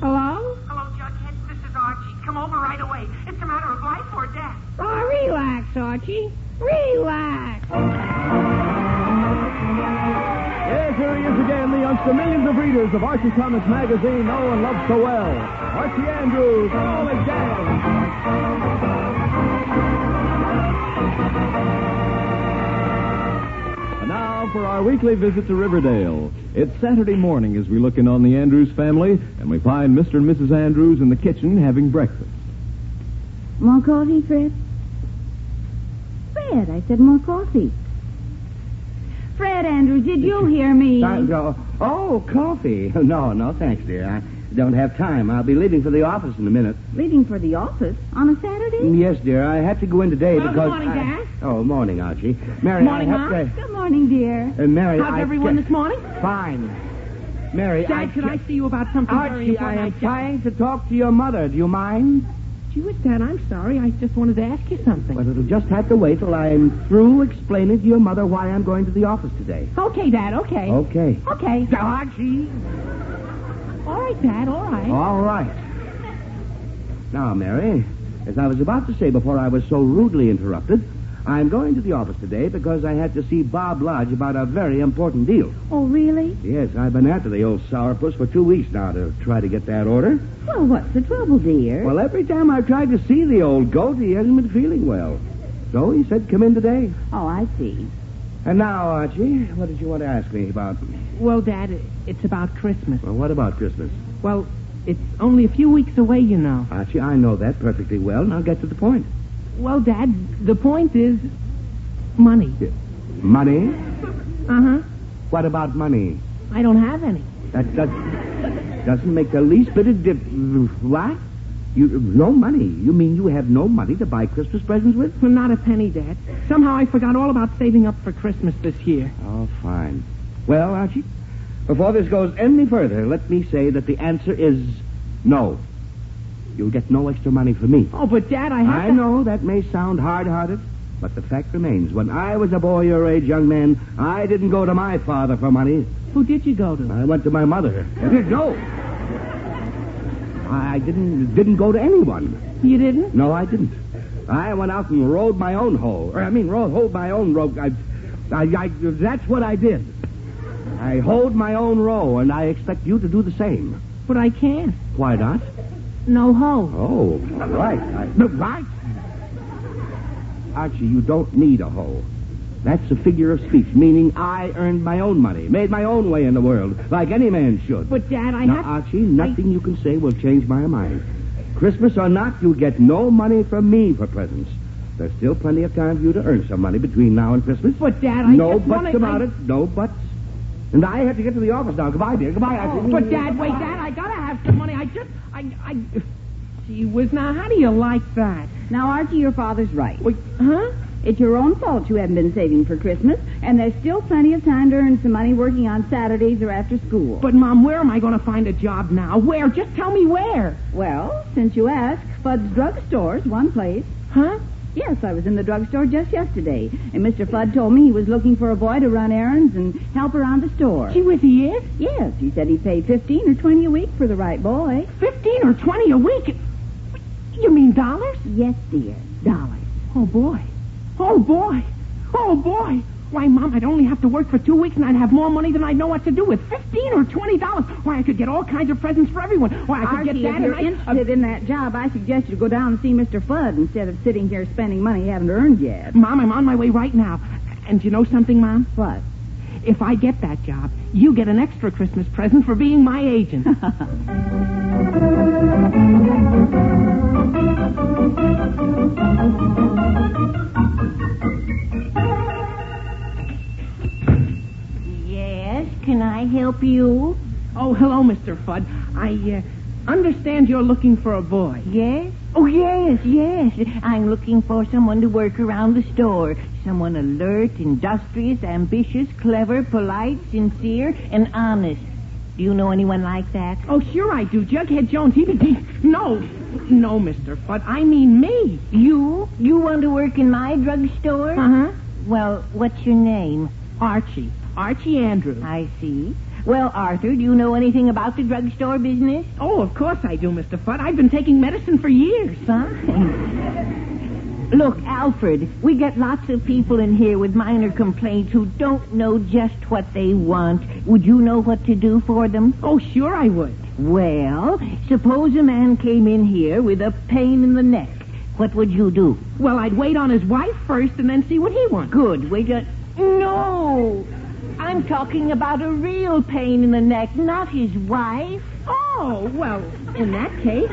Hello? Hello, Jughead. This is Archie. Come over right away. It's a matter of life or death. Oh, relax, Archie. Relax. Yes, here he is again, the youngster millions of readers of Archie Comics magazine know and love so well. Archie Andrews, and all his gang. And now for our weekly visit to Riverdale. It's Saturday morning as we look in on the Andrews family, and we find Mr. and Mrs. Andrews in the kitchen having breakfast. More coffee, Fred? Fred, I said more coffee. Fred Andrews, did you hear me? I go, oh, coffee. No, no, thanks, dear. I don't have time. I'll be leaving for the office in a minute. Leaving for the office on a Saturday? Yes, dear. I have to go in today Well, good because. morning, I- Dad. Oh, morning, Archie. Mary, Morning, I Mom. have to. Good morning, dear. Uh, Mary, How's I everyone ca- this morning? Fine. Mary, I. Dad, could I see you about something very Archie, I important? am I trying to talk to your mother. Do you mind? ju- Jewish Dad, I'm sorry. I just wanted to ask you something. Well, it'll just have to wait till I'm through explaining to your mother why I'm going to the office today. Okay, Dad, okay. Oh. Okay. Okay. Now, Archie. All right, Dad, all right. All right. Now, Mary, as I was about to say before I was so rudely interrupted, I'm going to the office today because I had to see Bob Lodge about a very important deal. Oh, really? Yes, I've been after the old sourpuss for two weeks now to try to get that order. Well, what's the trouble, dear? Well, every time I've tried to see the old goat, he hasn't been feeling well. So he said, come in today. oh, I see. And now, Archie, what did you want to ask me about? Well, Dad, it- it's about Christmas. Well, what about Christmas? Well, it's only a few weeks away, you know. Archie, I know that perfectly well. Now get to the point. Well, Dad, the point is money. Money? Uh huh. What about money? I don't have any. That, that doesn't make the least bit of difference. What? You no money? You mean you have no money to buy Christmas presents with? Well, not a penny, Dad. Somehow I forgot all about saving up for Christmas this year. Oh, fine. Well, Archie, before this goes any further, let me say that the answer is no. You'll get no extra money from me. Oh, but Dad, I have I to... know that may sound hard-hearted, but the fact remains: when I was a boy your age, young man, I didn't go to my father for money. Who did you go to? I went to my mother. I didn't go. I didn't didn't go to anyone. You didn't? No, I didn't. I went out and rode my own hoe. Or, I mean, rode, hoed my own rope. I, I, I, that's what I did. I hoed my own row, and I expect you to do the same. But I can't. Why not? No hoe. Oh, right. I, no, right. Archie, you don't need a hoe. That's a figure of speech, meaning I earned my own money, made my own way in the world, like any man should. But, Dad, I now, have... Archie, nothing you can say will change my mind. Christmas or not, you get no money from me for presents. There's still plenty of time for you to earn some money between now and Christmas. But, Dad, I no just buts wanna- about I- it. No buts. And I have to get to the office now. Goodbye, dear. Goodbye, Archie. Oh, but Dad, wait, Dad, I gotta have some money. I just, I, I. Gee whiz, now how do you like that? Now, Archie, your father's right. Wait, huh? It's your own fault you haven't been saving for Christmas, and there's still plenty of time to earn some money working on Saturdays or after school. But Mom, where am I gonna find a job now? Where? Just tell me where. well, since you ask, Fudd's Drug Store's one place. Huh? Yes, I was in the drugstore just yesterday, and Mr. Fudd told me he was looking for a boy to run errands and help around the store. Gee whiz, he is? Yes, he said he'd pay 15 or 20 a week for the right boy. 15 or 20 a week? You mean dollars? Yes, dear, dollars. Oh, boy. Oh, boy. Oh, boy. Why, Mom, I'd only have to work for two weeks and I'd have more money than I'd know what to do with. Fifteen or twenty dollars. Why, I could get all kinds of presents for everyone. Why, I could Archie, get that if you're and I... interested in that job, I suggest you go down and see Mr. Fudd instead of sitting here spending money you haven't earned yet. Mom, I'm on my way right now. And you know something, Mom? What? If I get that job, you get an extra Christmas present for being my agent. Yes, can I help you? Oh, hello, Mr. Fudd. I uh, understand you're looking for a boy. Yes? Oh, yes, yes. I'm looking for someone to work around the store. Someone alert, industrious, ambitious, clever, polite, sincere, and honest. Do you know anyone like that? Oh, sure I do. Jughead Jones, he, he No. No, Mr. Fudd. I mean me. You? You want to work in my drugstore? Uh-huh. Well, what's your name? Archie. Archie Andrews. I see. Well, Arthur, do you know anything about the drugstore business? Oh, of course I do, Mr. Fudd. I've been taking medicine for years. Fine. Look, Alfred, we get lots of people in here with minor complaints who don't know just what they want. Would you know what to do for them? Oh, sure I would. Well, suppose a man came in here with a pain in the neck. What would you do? Well, I'd wait on his wife first and then see what he wants. Good. Wait on. No! I'm talking about a real pain in the neck, not his wife. Oh, well, in that case,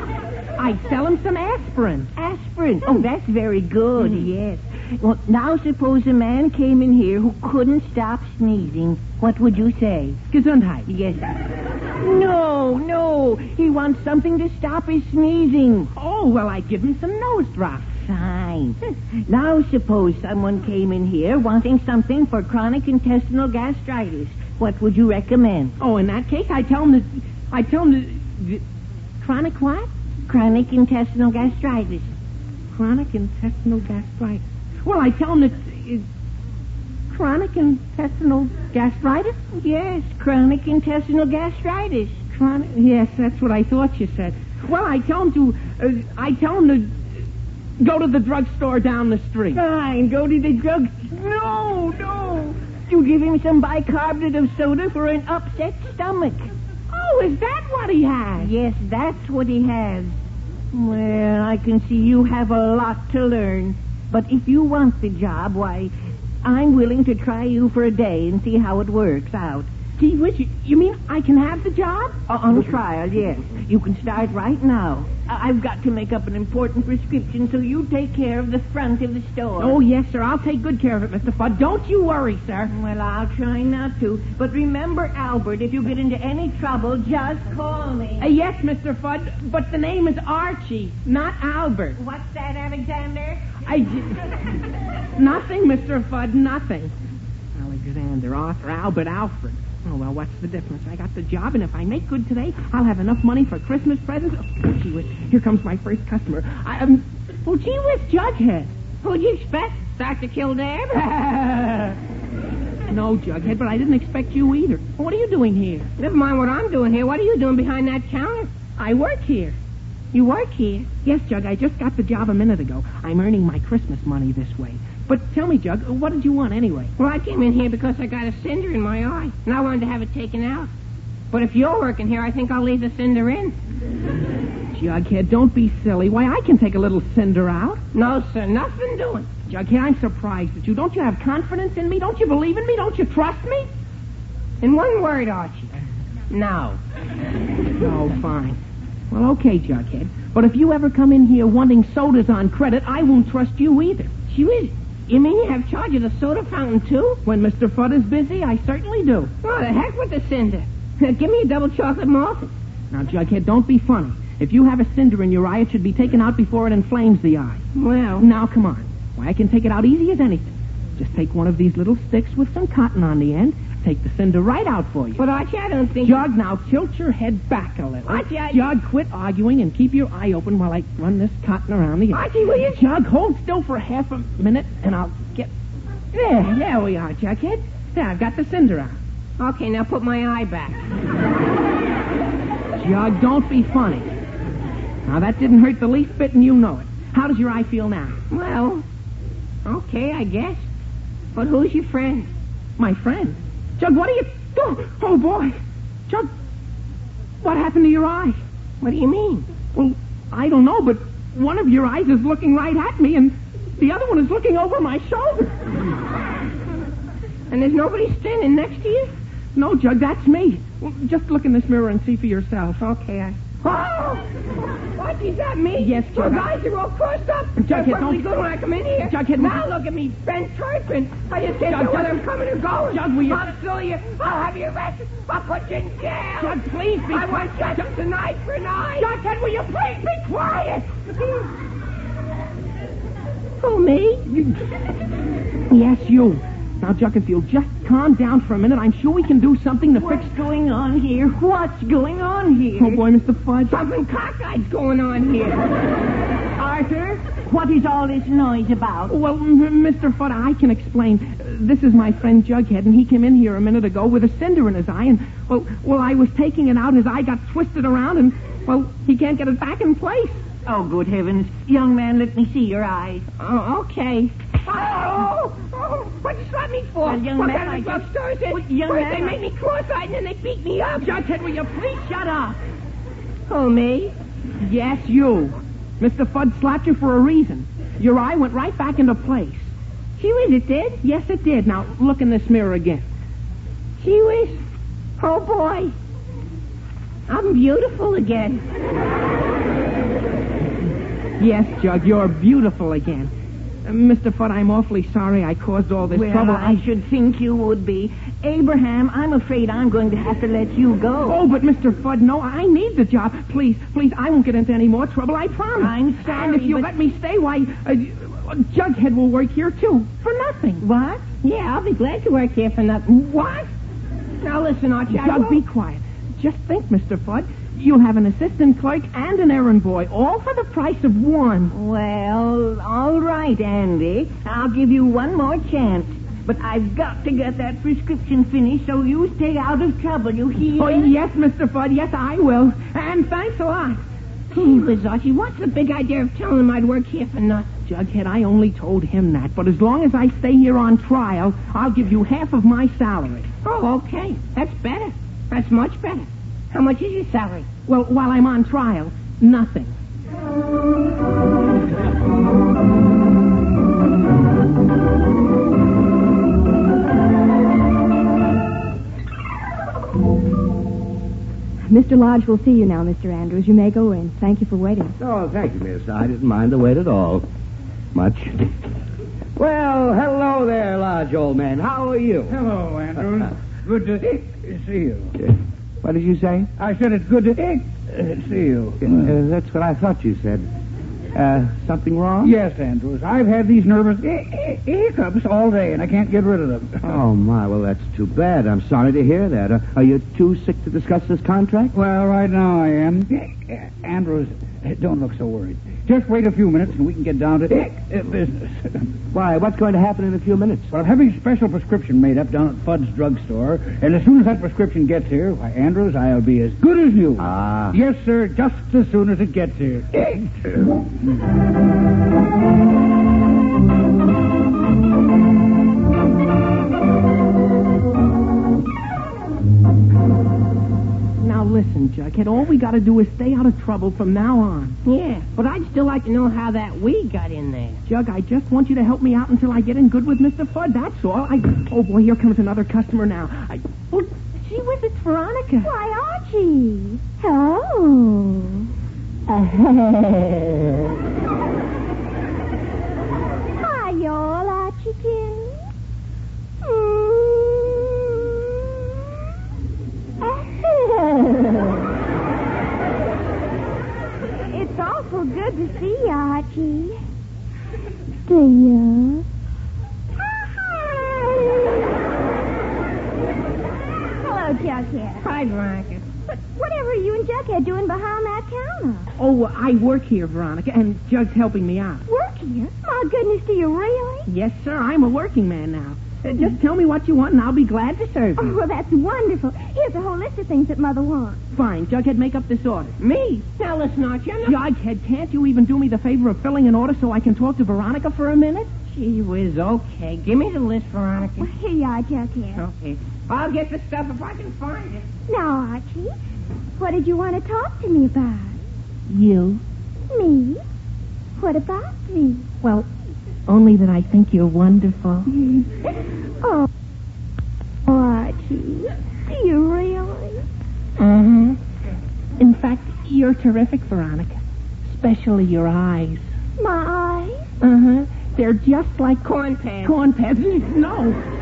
I'd sell him some aspirin. Mm. Aspirin? Oh, that's very good, yes. Well, now suppose a man came in here who couldn't stop sneezing. What would you say? Gesundheit. Yes. No, no. He wants something to stop his sneezing. Oh, well, I'd give him some nose drops. Fine. Now suppose someone came in here wanting something for chronic intestinal gastritis. What would you recommend? Oh, in that case, I tell him that I tell him that, that chronic what? Chronic intestinal gastritis. Chronic intestinal gastritis. Well, I tell him that uh, chronic intestinal gastritis. Yes, chronic intestinal gastritis. Chronic. Yes, that's what I thought you said. Well, I tell him to. Uh, I tell him to. Go to the drugstore down the street. Fine, go to the drug. No, no. You give him some bicarbonate of soda for an upset stomach. Oh, is that what he has? Yes, that's what he has. Well, I can see you have a lot to learn. But if you want the job, why, I'm willing to try you for a day and see how it works out. Gee whiz, you, you mean I can have the job? Uh, on trial, yes. You can start right now. I- I've got to make up an important prescription, so you take Uh, care of the front of the store. Oh, yes, sir. I'll take good care of it, Mr. Fudd. Don't you worry, sir. Well, I'll try not to. But remember, Albert, if you get into any trouble, just call me. Uh, yes, Mr. Fudd, but the name is Archie, not Albert. What's that, Alexander? I j- nothing, Mr. Fudd, nothing. Alexander, Arthur, Albert, Alfred. Oh, well, what's the difference? I got the job, and if I make good today, I'll have enough money for Christmas presents. Oh, gee whiz, here comes my first customer. I, um, oh, gee whiz, Jughead. Oh, Who'd you expect? Dr. Kildare? no, Jughead, but I didn't expect you either. What are you doing here? Never mind what I'm doing here. What are you doing behind that counter? I work here. You work here? Yes, Jug, I just got the job a minute ago. I'm earning my Christmas money this way. But tell me, Jug, what did you want anyway? Well, I came in here because I got a cinder in my eye, and I wanted to have it taken out. But if you're working here, I think I'll leave the cinder in. Jughead, don't be silly. Why, I can take a little cinder out. No, sir, nothing doing. Jughead, I'm surprised at you. Don't you have confidence in me? Don't you believe in me? Don't you trust me? In one word, Archie. No. oh, fine. Well, okay, Jughead. But if you ever come in here wanting sodas on credit, I won't trust you either. She was you mean you have charge of the soda fountain, too? When Mr. Fudd is busy, I certainly do. Oh, the heck with the cinder. Give me a double chocolate malt. Now, Jughead, don't be funny. If you have a cinder in your eye, it should be taken out before it inflames the eye. Well. Now, come on. Why, I can take it out easy as anything. Just take one of these little sticks with some cotton on the end Take the cinder right out for you. But Archie, I don't think. Jug, now tilt your head back a little. Archie, I- Jug, quit arguing and keep your eye open while I run this cotton around the Archie, will you- Jug, hold still for half a minute and I'll get. There, there we are, Jughead. There, I've got the cinder out. Okay, now put my eye back. Jug, don't be funny. Now, that didn't hurt the least bit, and you know it. How does your eye feel now? Well, okay, I guess. But who's your friend? My friend. Jug, what are you. Oh, oh boy. Jug, what happened to your eye? What do you mean? Well, I don't know, but one of your eyes is looking right at me, and the other one is looking over my shoulder. And there's nobody standing next to you? No, Jug, that's me. Well, just look in this mirror and see for yourself. Okay, I. Oh! Archie, is that me? Yes, Your Jughead. eyes are all crossed up. Jughead, They're perfectly don't- good when I come in here. Jughead, now will- look at me, bent turpin. I just can't Jug, know whether Jug- I'm coming or going. Jug, will you- I'll sue you. I'll have you arrested. I'll put you in jail. Jug, please be I want justice tonight for an eye. Jughead, will you please be quiet? Who, me? Yes, you. Now, Jug, if you'll just calm down for a minute, I'm sure we can do something to fix. What's going on here? What's going on here? Oh boy, Mr. Fudge. Something cockeye's going on here. Arthur, what is all this noise about? Well, m- Mr. Fudd, I can explain. Uh, This is my friend Jughead, and he came in here a minute ago with a cinder in his eye, and, well, well, I was taking it out, his eye got twisted around, and, well, he can't get it back in place. Oh, good heavens. Young man, let me see your eyes. Oh, okay. Oh, oh, what you slap me for? Well, young what man, kind of I love story is it? Well, young First man, they I- make me cross-eyed and then they beat me up. Jughead, will you please shut up? Oh, me? Yes, you. Mr. Fudd slapped you for a reason. Your eye went right back into place. She was, it did? Yes, it did. Now, look in this mirror again. She was? Oh, boy. I'm beautiful again. Yes, Jug, you're beautiful again. Uh, Mr. Fudd, I'm awfully sorry I caused all this well, trouble. I should think you would be. Abraham, I'm afraid I'm going to have to let you go. Oh, but Mr. Fudd, no, I need the job. Please, please, I won't get into any more trouble, I promise. I'm sorry, And if you but- let me stay, why, uh, Jughead will work here, too, for nothing. What? Yeah, I'll be glad to work here for nothing. What? Now, listen, Archie, I Jug, won't- be quiet. Just think, Mr. Fudd. You'll have an assistant clerk and an errand boy, all for the price of one. Well, all right, Andy. I'll give you one more chance. But I've got to get that prescription finished so you stay out of trouble, you hear? Oh, yes, Mr. Fudd, yes, I will. And thanks a lot. Gee whiz, Archie, what's the big idea of telling him I'd work here for nothing? Jughead, I only told him that, but as long as I stay here on trial, I'll give you half of my salary. Oh, okay. That's better. That's much better. How much is your salary? Well, while I'm on trial, nothing. Mr. Lodge will see you now, Mr. Andrews. You may go in. Thank you for waiting. Oh, thank you, miss. I didn't mind the wait at all. Much. Well, hello there, Lodge, old man. How are you? Hello, Andrews. Good to see you. What did you say? I said it's good to uh, see you. Uh, that's what I thought you said. Uh, something wrong? Yes, Andrews. I've had these nervous hiccups all day, and I can't get rid of them. Oh, my. Well, that's too bad. I'm sorry to hear that. Uh, are you too sick to discuss this contract? Well, right now I am. Andrews, don't look so worried. Just wait a few minutes, and we can get down to uh, business. Why, what's going to happen in a few minutes? Well, I'm having a special prescription made up down at Fudd's drugstore, and as soon as that prescription gets here, why, Andrews, I'll be as good as new. Ah. Yes, sir, just as soon as it gets here. Now listen, Jughead, all we gotta do is stay out of trouble from now on. Yeah, but I'd still like to know how that we got in there. Jug, I just want you to help me out until I get in good with Mr. Fudd, that's all. I oh boy, here comes another customer now. I oh she was it's Veronica. Why, Archie. Hello. Oh. Hi, y'all, Archie King. it's awful good to see you, Archie. Do you? hello, Jughead. Hi, Veronica. But whatever are you and Jughead doing behind that counter? Oh, uh, I work here, Veronica, and Jug's helping me out. Work here? My goodness, do you really? Yes, sir, I'm a working man now. Uh, Just tell me what you want, and I'll be glad to serve Oh, you. well, that's wonderful. Here's a whole list of things that Mother wants. Fine, Jughead, make up this order. Me? Now listen, Archie. I'm not... Jughead, can't you even do me the favor of filling an order so I can talk to Veronica for a minute? Gee whiz, okay. Give me the list, Veronica. Well, here you are, Jughead. Okay. I'll get the stuff if I can find it. Now, Archie, what did you want to talk to me about? You? Me? What about me? Well, only that I think you're wonderful. oh. oh, Archie, do you really? Mm-hmm. In fact, you're terrific, Veronica. Especially your eyes. My eyes? Uh-huh. They're just like Corn pets. corn pads. No.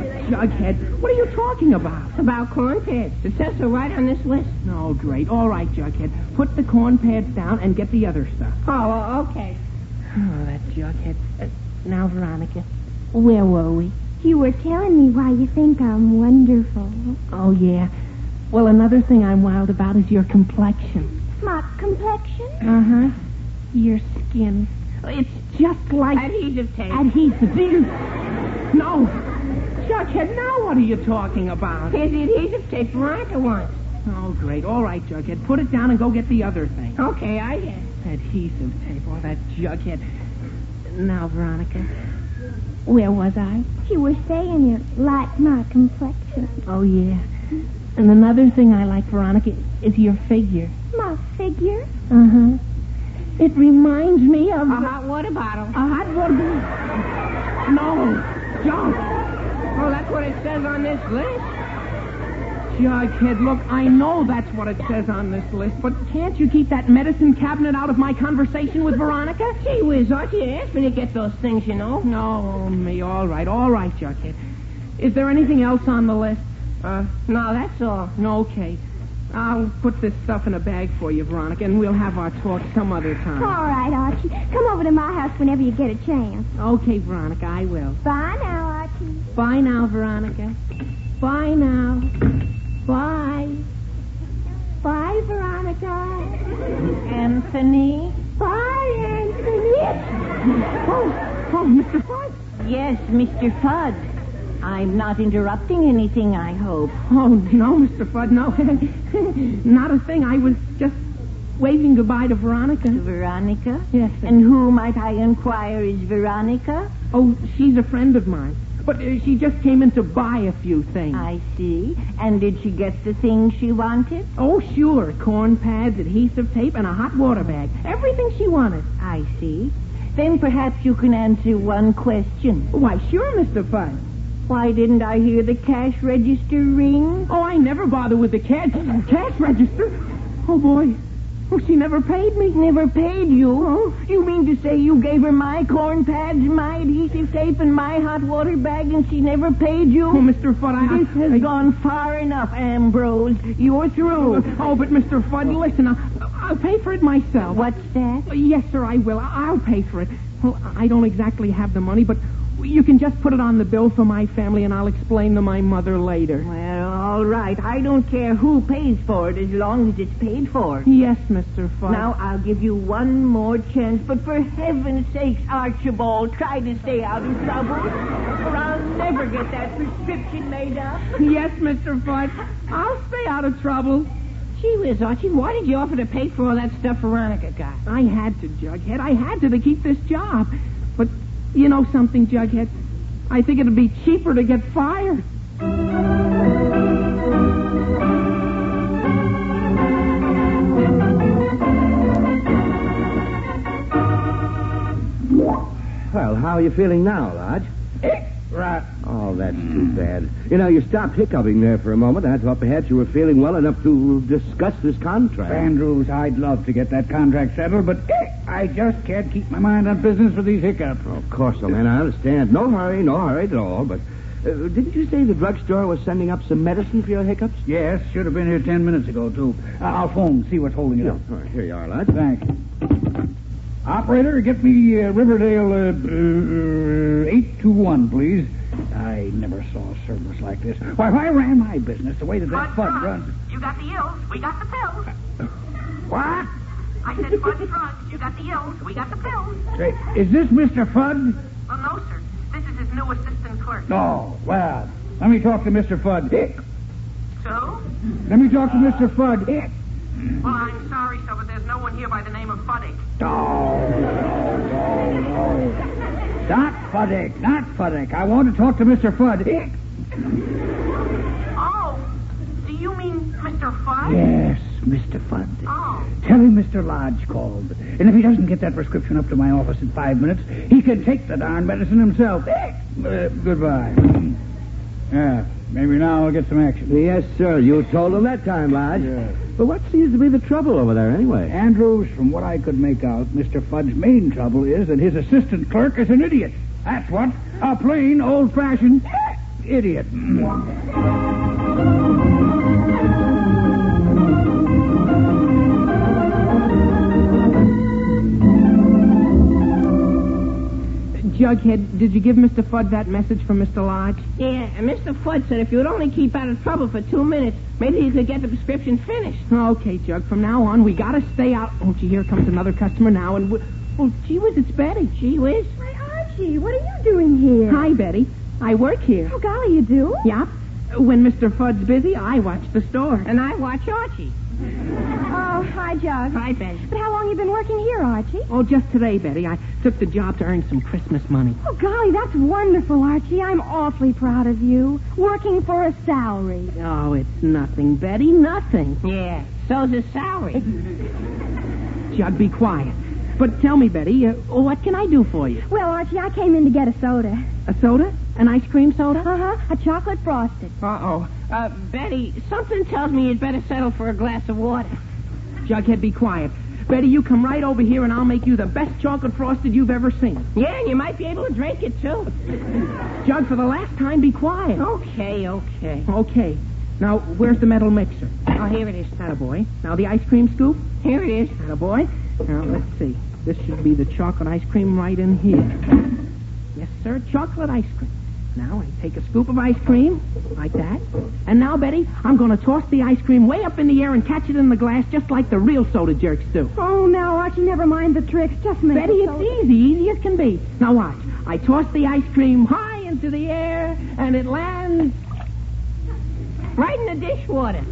Jughead, what are you talking about? About corn pets. It says so right on this list. No, great. All right, Jughead. Put the corn pads down and get the other stuff. Oh, well, okay. Oh, that Jughead. Uh, now, Veronica. Where were we? You were telling me why you think I'm wonderful. Oh, yeah. Well, another thing I'm wild about is your complexion. My complexion? Uh-huh. Your skin. It's just like... Adhesive tape. Adhesive. No. Jughead, now what are you talking about? Here's the adhesive tape Veronica wants. Oh, great. All right, Jughead. Put it down and go get the other thing. Okay, I guess. Adhesive tape. Oh, that Jughead. Now, Veronica. Where was I? You were saying you like my complexion. Oh, yeah. And another thing I like, Veronica, is your figure. My figure? Uh huh. It reminds me of. A hot water bottle. A hot water balloon. No, Jug. Oh, that's what it says on this list. Jughead, look, I know that's what it says on this list, but can't you keep that medicine cabinet out of my conversation with Veronica? Gee whiz, Archie, you asked me to get those things, you know. No, me. All right, all right, Jughead. Is there anything else on the list? Uh, No, that's all. okay. I'll put this stuff in a bag for you, Veronica, and we'll have our talk some other All time. right, Archie. Come over to my house whenever you get a chance. Okay, Veronica, I will. Bye now, Archie. Bye now, Veronica. Bye now. Bye. Bye, Veronica. Anthony? Bye, Anthony. Oh, oh, Mr. Fudge. Yes, Mr. Fudd. I'm not interrupting anything, I hope. Oh, no, Mr. Fudd, no. Not a thing. I was just waving goodbye to Veronica. Veronica? Yes, sir. And who, might I inquire, is Veronica? Oh, she's a friend of mine. But uh, she just came in to buy a few things. I see. And did she get the things she wanted? Oh, sure. Corn pads, adhesive tape, and a hot water bag. Everything she wanted. I see. Then perhaps you can answer one question. Why, sure, Mr. Fudd. Why didn't I hear the cash register ring? Oh, I never bother with the cash, cash register. Oh, boy. Oh, she never paid Oh, me. Never paid you? You mean to say you gave her my corn pads, my adhesive tape, and my hot water bag, and she never paid you? Oh, Mr. Fudd, I... This has I- gone far enough, Ambrose. You're through. Oh, but Mr. Fudd, listen, I'll, I'll pay for it myself. Uh, What's that? Yes, sir, I will. I- I'll pay for it. Well, I don't exactly have the money, but you can just put it on the bill for my family, and I'll explain to my mother later. Well, all right. I don't care who pays for it as long as it's paid for. Yes, Mr. Fudd. Now I'll give you one more chance, but for heaven's sakes, Archibald, try to stay out of trouble, or I'll never get that prescription made up. Yes, Mr. Fudd. I'll stay out of trouble. Gee whiz, Archie, why did you offer to pay for all that stuff Veronica got? I had to, Jughead. I had to to keep this job. But you know something, Jughead? I think it'd be cheaper to get fired. Well, how are you feeling now, Lodge? Right. Oh, that's too bad. You know, you stopped hiccuping there for a moment. I thought perhaps you were feeling well enough to discuss this contract. Andrews, I'd love to get that contract settled, but I just can't keep my mind on business with these hiccups. Of course, old man, I understand. No hurry, no hurry at all. But uh, didn't you say the drugstore was sending up some medicine for your hiccups? Yes, should have been here ten minutes ago, too. I- I'll phone, see what's holding it up. All right, here you are, Lodge. Thanks. Operator, get me uh, Riverdale uh, uh, 821, please. I never saw a service like this. Why, if I ran my business the way that that Fun fund drugs. runs. You got the ills. We got the pills. What? I said fun drugs. You got the ills. We got the pills. Say, Is this Mr. Fudd? Well, no, sir. This is his new assistant clerk. Oh, well. Let me talk to Mr. Fudd. So? Let me talk to Mr. Fudd. Well, I'm sorry, sir, but there's no one here by the name of Fuddick. Not Fuddick, not Fuddick. I want to talk to Mr. Fudd. Oh, do you mean Mr. Fudd? Yes, Mr. Fudd. Oh, Tell him Mr. Lodge called. And if he doesn't get that prescription up to my office in five minutes, he can take the darn medicine himself. Uh, goodbye. Yeah, maybe now I'll get some action. Yes, sir. You told him that time, Lodge. But what seems to be the trouble over there, anyway? Andrews, from what I could make out, Mr. Fudd's main trouble is that his assistant clerk is an idiot. That's what. A plain, old-fashioned idiot. Jughead, did you give Mr. Fudd that message from Mr. Lodge? Yeah, and Mr. Ford said if you would only keep out of trouble for two minutes, maybe you could get the prescription finished. Okay, Jug, from now on, we gotta stay out. Oh, gee, here comes another customer now, and we... Oh, gee whiz, it's Betty. Gee whiz. Why, Archie, what are you doing here? Hi, Betty. I work here. Oh, golly, you do? Yep. When Mr. Fudd's busy, I watch the store. And I watch Archie. Oh, hi, Jug. Hi, Betty. But how long you been working here, Archie? Oh, just today, Betty, I took the job to earn some Christmas money. Oh, golly, that's wonderful, Archie. I'm awfully proud of you. Working for a salary. Oh, it's nothing, Betty, nothing. Yeah, so's his salary. Jug, be quiet. But tell me, Betty, uh, what can I do for you? Well, Archie, I came in to get a soda. A soda? An ice cream soda? Uh-huh. A chocolate frosted. Uh-oh. Uh, Betty, something tells me you'd better settle for a glass of water. Jughead, be quiet. Betty, you come right over here, and I'll make you the best chocolate frosted you've ever seen. Yeah, and you might be able to drink it, too. Jug, for the last time, be quiet. Okay, okay. Okay. Now, where's the metal mixer? Oh, here it is. Atta boy. Now, the ice cream scoop? Here it is. Atta boy. Now, let's see. This should be the chocolate ice cream right in here. Yes, sir. Chocolate ice cream. Now, I take a scoop of ice cream, like that. And now, Betty, I'm going to toss the ice cream way up in the air and catch it in the glass just like the real soda jerks do. Oh, now, Archie, never mind the tricks. Just make Betty, the it's soda. easy, easy as can be. Now watch. I toss the ice cream high into the air, and it lands. Right in the dishwater.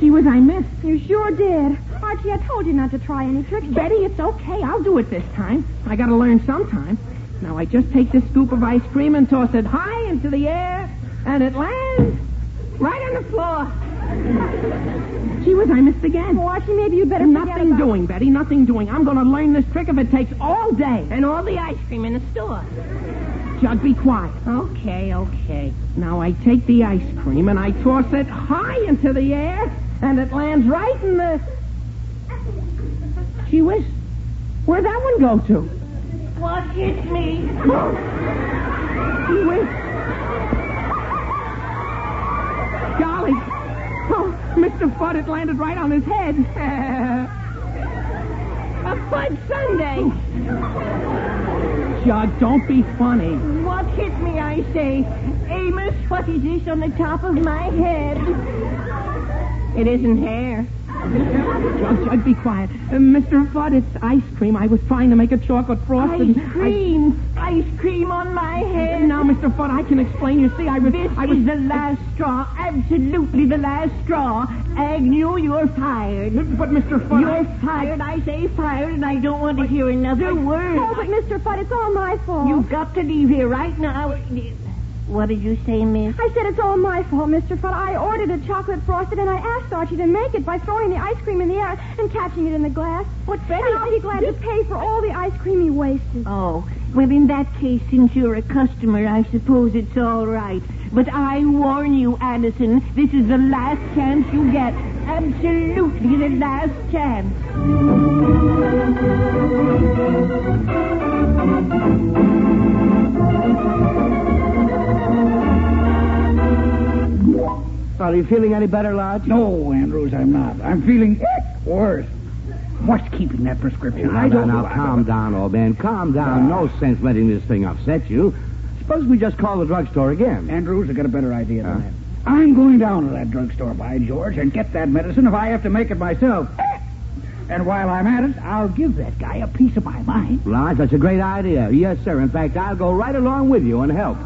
Gee whiz, I missed. You sure did. Archie, I told you not to try any tricks. Betty, it's okay. I'll do it this time. I gotta learn sometime. Now I just take this scoop of ice cream and toss it high into the air, and it lands right on the floor. Gee whiz, I missed again. Well, Archie, maybe you'd better forget nothing about- doing, Betty. Nothing doing. I'm gonna learn this trick if it takes all day. And all the ice cream in the store. Jug, be quiet. Okay, okay. Now I take the ice cream and I toss it high into the air, and it lands right in the. Gee whiz, where'd that one go to? Watch it's me. Gee whiz. Golly. Oh, Mr. Fudd, it landed right on his head. A fun Sunday. Jug, don't be funny. What hit me, I say? Amos, what is this on the top of my head? It isn't hair. Jug, Jug, be quiet. Uh, Mr. Fudd, it's ice cream. I was trying to make a chocolate frosting. Ice cream. Ice cream on my head. Now, Mr. Fudd, I can explain. You see, I was. This I was is the last straw. Absolutely the last straw. Agnew, you're fired. But, Mr. Fudd. I- You're fired. I say fired, and I don't want to hear another word. Oh, but Mr. Fudd, it's all my fault. You've got to leave here right now. What did you say, miss? I said it's all my fault, Mr. Fudd. I ordered a chocolate frosted, and I asked Archie to make it by throwing the ice cream in the air and catching it in the glass. But Betty, and I'll be glad to pay for all the ice cream he wasted. Oh, well, in that case, since you're a customer, I suppose it's all right. But I warn you, Addison, this is the last chance you get. Absolutely the last chance. Are you feeling any better, Lodge? No, Andrews, I'm not. I'm feeling worse. What's keeping that prescription? Now, I now, don't now, know. Uh. calm down, old man. Calm down. No sense letting this thing upset you. Suppose we just call the drugstore again. Uh. Andrews, I got a better idea than that. I'm going down to that drugstore, by George, and get that medicine if I have to make it myself. And while I'm at it, I'll give that guy a piece of my mind. Lodge, that's a great idea. Yes, sir. In fact, I'll go right along with you and help.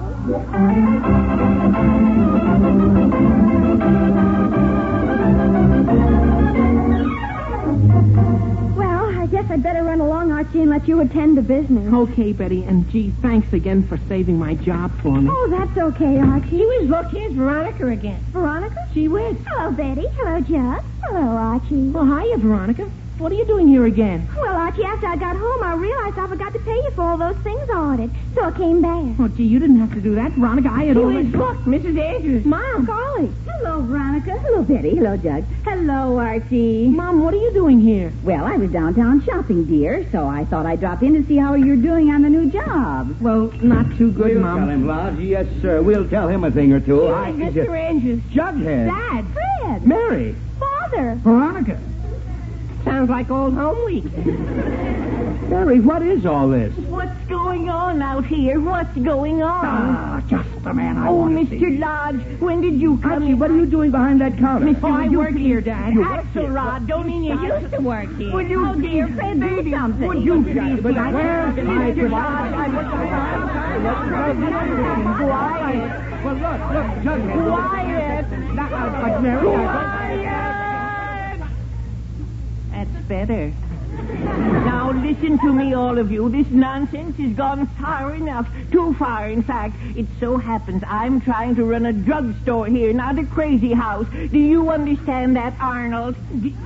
Well, I guess I'd better run along, Archie, and let you attend to business. Okay, Betty, and gee, thanks again for saving my job for me. Oh, that's okay, Archie. She was look, here's Veronica again. Veronica? She whiz. Hello, Betty. Hello, Judd. Hello, Archie. Well, hiya, Veronica. What are you doing here again? Well, Archie, after I got home, I realized I forgot to pay you for all those things I ordered, so I came back. Oh, gee, you didn't have to do that, Veronica. I had She already... was look, Mrs. Andrews. Mom! Golly. Hello, Veronica. Hello, Betty. Hello, Jug. Hello, Archie. Mom, what are you doing here? Well, I was downtown shopping, dear, so I thought I'd drop in to see how you're doing on the new job. Well, not too good, we'll Mom. tell him, Lodge. Yes, sir. We'll tell him a thing or two. She I- was Mr. Andrews. Jughead. Dad! Fred. Mary. Father. Veronica. Sounds like old home week. Mary, what is all this? What's going on out here? What's going on? Ah, just the man I oh, want to see. Mr. Lodge, when did you come Archie, what are you doing behind that counter? Oh, I work here, Dad. You work here? Axelrod, don't mean you used to work here. Would you- oh, dear, Fred, Would do you- something. would you- Mr. Lodge, Where's my- Mr. Lodge, Quiet. Well, look, look, Jughead. Quiet. But, Mary, Quiet. That's better. Now listen to me, all of you. This nonsense has gone far enough. Too far, in fact. It so happens I'm trying to run a drugstore here, not a crazy house. Do you understand that, Arnold?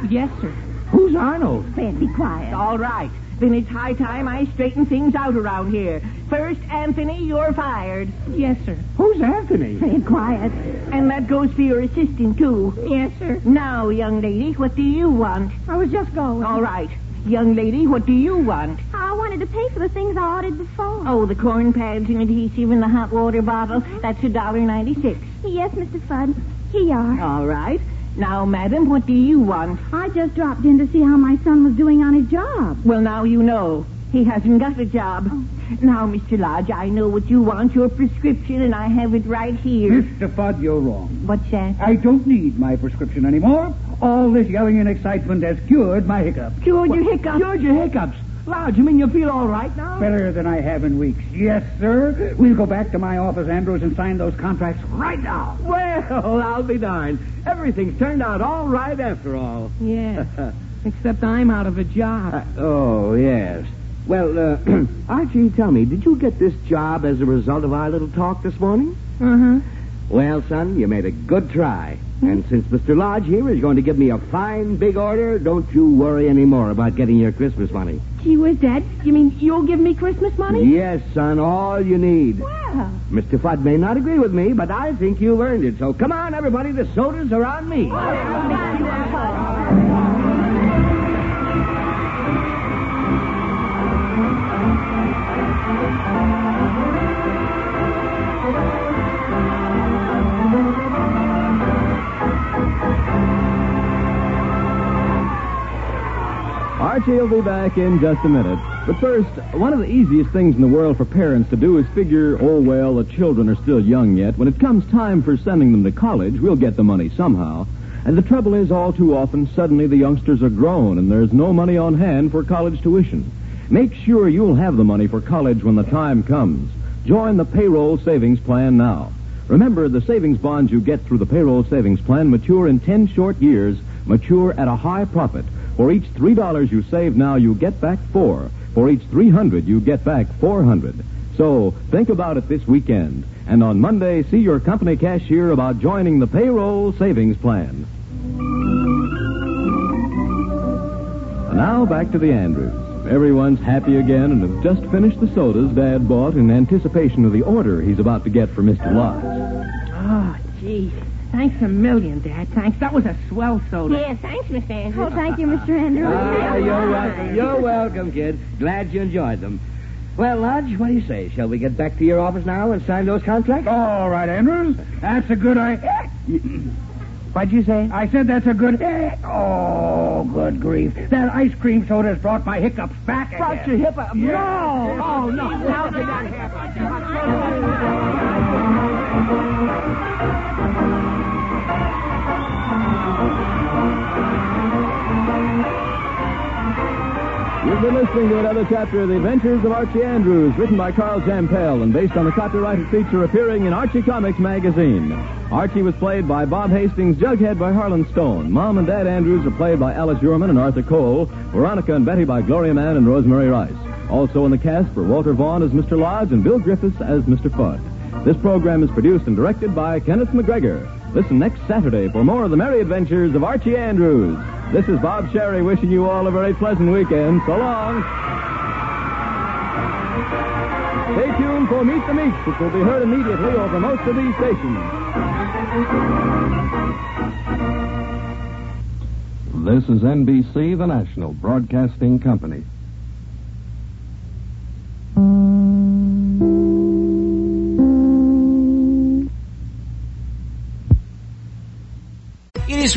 yes, sir. Who's Arnold? Fred, be quiet. All right. Then it's high time I straighten things out around here. First, Anthony, you're fired. Yes, sir. Who's Anthony? Fred, quiet. And that goes for your assistant, too. Yes, sir. Now, young lady, what do you want? I was just going. All right. Young lady, what do you want? I wanted to pay for the things I ordered before. Mm-hmm. Oh, the corn pads and adhesive and the hot water bottle. That's a dollar ninety-six. Yes, Mr. Fudd. Here you are. All right. Now, madam, what do you want? I just dropped in to see how my son was doing on his job. Oh. Well, now you know. He hasn't got a job. Now, Mr. Lodge, I know what you want, your prescription, and I have it right Mm. here. Mr. Fudd, you're wrong. What's that? I don't need my prescription anymore. All this yelling and excitement has cured my hiccups. Cured your hiccup. Cured your hiccups. Lodge, you mean you feel all right now? Better than I have in weeks. Yes, sir. We'll go back to my office, Andrews, and sign those contracts right now. Well, I'll be darned. Everything's turned out all right after all. Yeah. Except I'm out of a job. Uh, oh, yes. Well, uh, Archie, tell me, did you get this job as a result of our little talk this morning? Uh-huh. Well, son, you made a good try. And since Mr. Lodge here is going to give me a fine big order, don't you worry any more about getting your Christmas money. Gee whiz, Dad. You mean you'll give me Christmas money? Yes, son, all you need. Well, Mr. Fudd may not agree with me, but I think you've earned it. So come on, everybody, the sodas are on me. Oh, Archie will be back in just a minute. But first, one of the easiest things in the world for parents to do is figure, oh, well, the children are still young yet. When it comes time for sending them to college, we'll get the money somehow. And the trouble is, all too often, suddenly the youngsters are grown and there's no money on hand for college tuition. Make sure you'll have the money for college when the time comes. Join the payroll savings plan now. Remember, the savings bonds you get through the payroll savings plan mature in 10 short years, mature at a high profit. For each $3 you save now, you get back 4. For each 300, you get back 400. So, think about it this weekend. And on Monday, see your company cashier about joining the payroll savings plan. And Now back to the Andrews. Everyone's happy again and have just finished the sodas Dad bought in anticipation of the order he's about to get for Mr. Lodge. Oh, gee. Thanks a million, Dad. Thanks. That was a swell soda. Yes, thanks, Miss Andrews. oh, thank you, Mr. Andrews. Ah, you're welcome. You're welcome, kid. Glad you enjoyed them. Well, Lodge, what do you say? Shall we get back to your office now and sign those contracts? All right, Andrews. That's a good idea. What'd you say? I said that's a good. Oh, good grief. That ice cream soda's brought my hiccups back again. Brought your hiccup- Yeah. No! Oh, no. Now did that You've been listening to another chapter of The Adventures of Archie Andrews, written by Carl Jampel and based on a copyrighted feature appearing in Archie Comics magazine. Archie was played by Bob Hastings, Jughead by Harlan Stone. Mom and Dad Andrews are played by Alice Urman and Arthur Cole, Veronica and Betty by Gloria Mann and Rosemary Rice. Also in the cast were Walter Vaughn as Mr. Lodge and Bill Griffiths as Mr. Fudd. This program is produced and directed by Kenneth McGregor. Listen next Saturday for more of the merry adventures of Archie Andrews. This is Bob Sherry wishing you all a very pleasant weekend. So long. Stay tuned for Meet the Meats, which will be heard immediately over most of these stations. This is NBC, the national broadcasting company. It is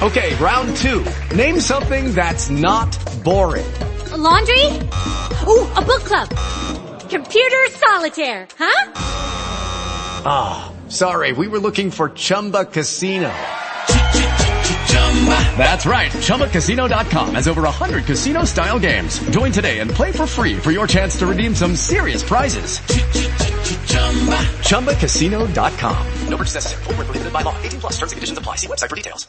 Okay, round two. Name something that's not boring. laundry? Ooh, a book club. Computer solitaire, huh? Ah, sorry, we were looking for Chumba Casino. That's right, ChumbaCasino.com has over 100 casino style games. Join today and play for free for your chance to redeem some serious prizes. ChumbaCasino.com. No purchase necessary. Void were prohibited by law. 18 plus terms and conditions apply. See website for details.